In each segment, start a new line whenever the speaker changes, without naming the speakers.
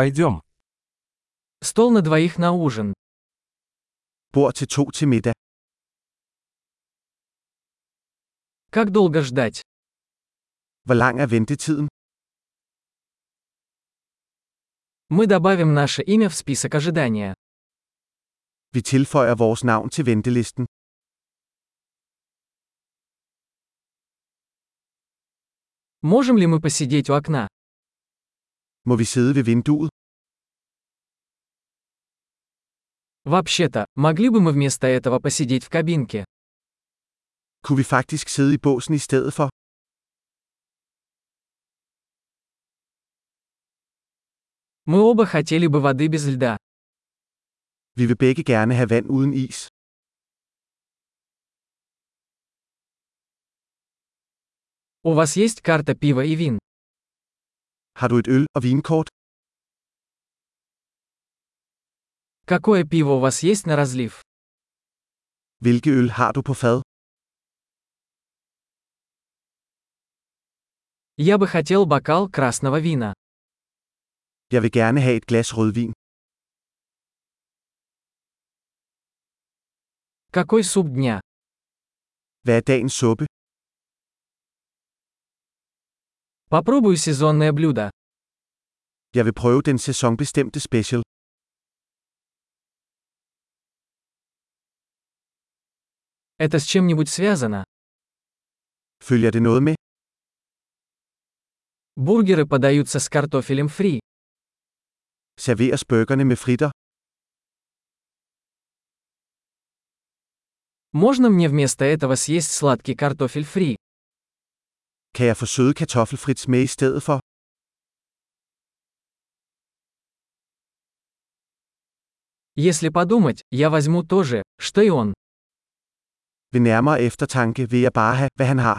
Пойдем.
Стол на двоих на ужин.
Bord til to til middag.
Как долго ждать?
Hvor lang er ventetiden?
Мы добавим наше имя в список ожидания.
Vi tilføjer vores navn til ventelisten.
Можем ли мы посидеть у окна?
Må vi sidde ved vinduet?
Вообще-то, могли бы мы вместо этого посидеть в кабинке?
Kunne vi faktisk sidde i båsen i stedet for?
Мы оба хотели бы воды без льда.
Vi vil begge gerne have vand uden is.
У вас есть карта пива и вин?
Har du et øl og vinkort?
Какое пиво у вас есть на разлив?
Hvilke øl har du på fad?
Я бы хотел бокал красного вина.
Jeg vil gerne have et glas rødvin.
Какой суп дня?
Hvad er dagens suppe?
Попробую сезонное блюдо.
Jeg vil prøve den sæsonbestemte special.
Это с чем-нибудь связано?
Følger det noget med?
Бургеры подаются с картофелем фри.
Serveres burgerne med fritter?
Можно мне вместо этого съесть сладкий картофель фри?
Kan jeg få søde kartoffelfrits med i stedet for?
Если подумать, я возьму то же, что и он.
Ved nærmere eftertanke vil jeg bare have, hvad han har.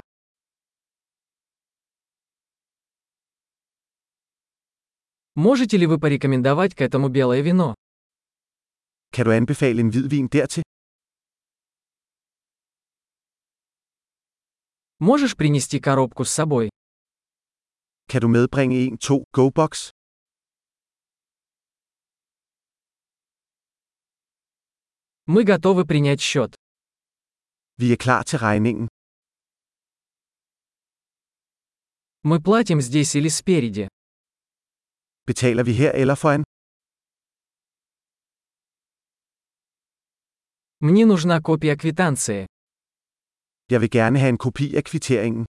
Можете ли вы порекомендовать к этому белое вино?
Kan du anbefale en hvidvin dertil?
Можешь принести коробку с собой?
Kan du medbringe en 2 GoBox?
Мы готовы принять счет.
Vi er klar til regningen.
Мы платим здесь или спереди.
Betaler vi her eller foran?
Мне нужна копия квитанции.
Jeg vil gerne have en kopi af kvitteringen.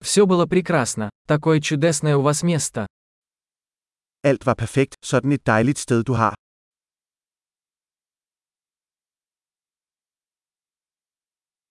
Все было прекрасно. Такое чудесное у вас место.
Alt var perfekt, sådan et dejligt sted du har.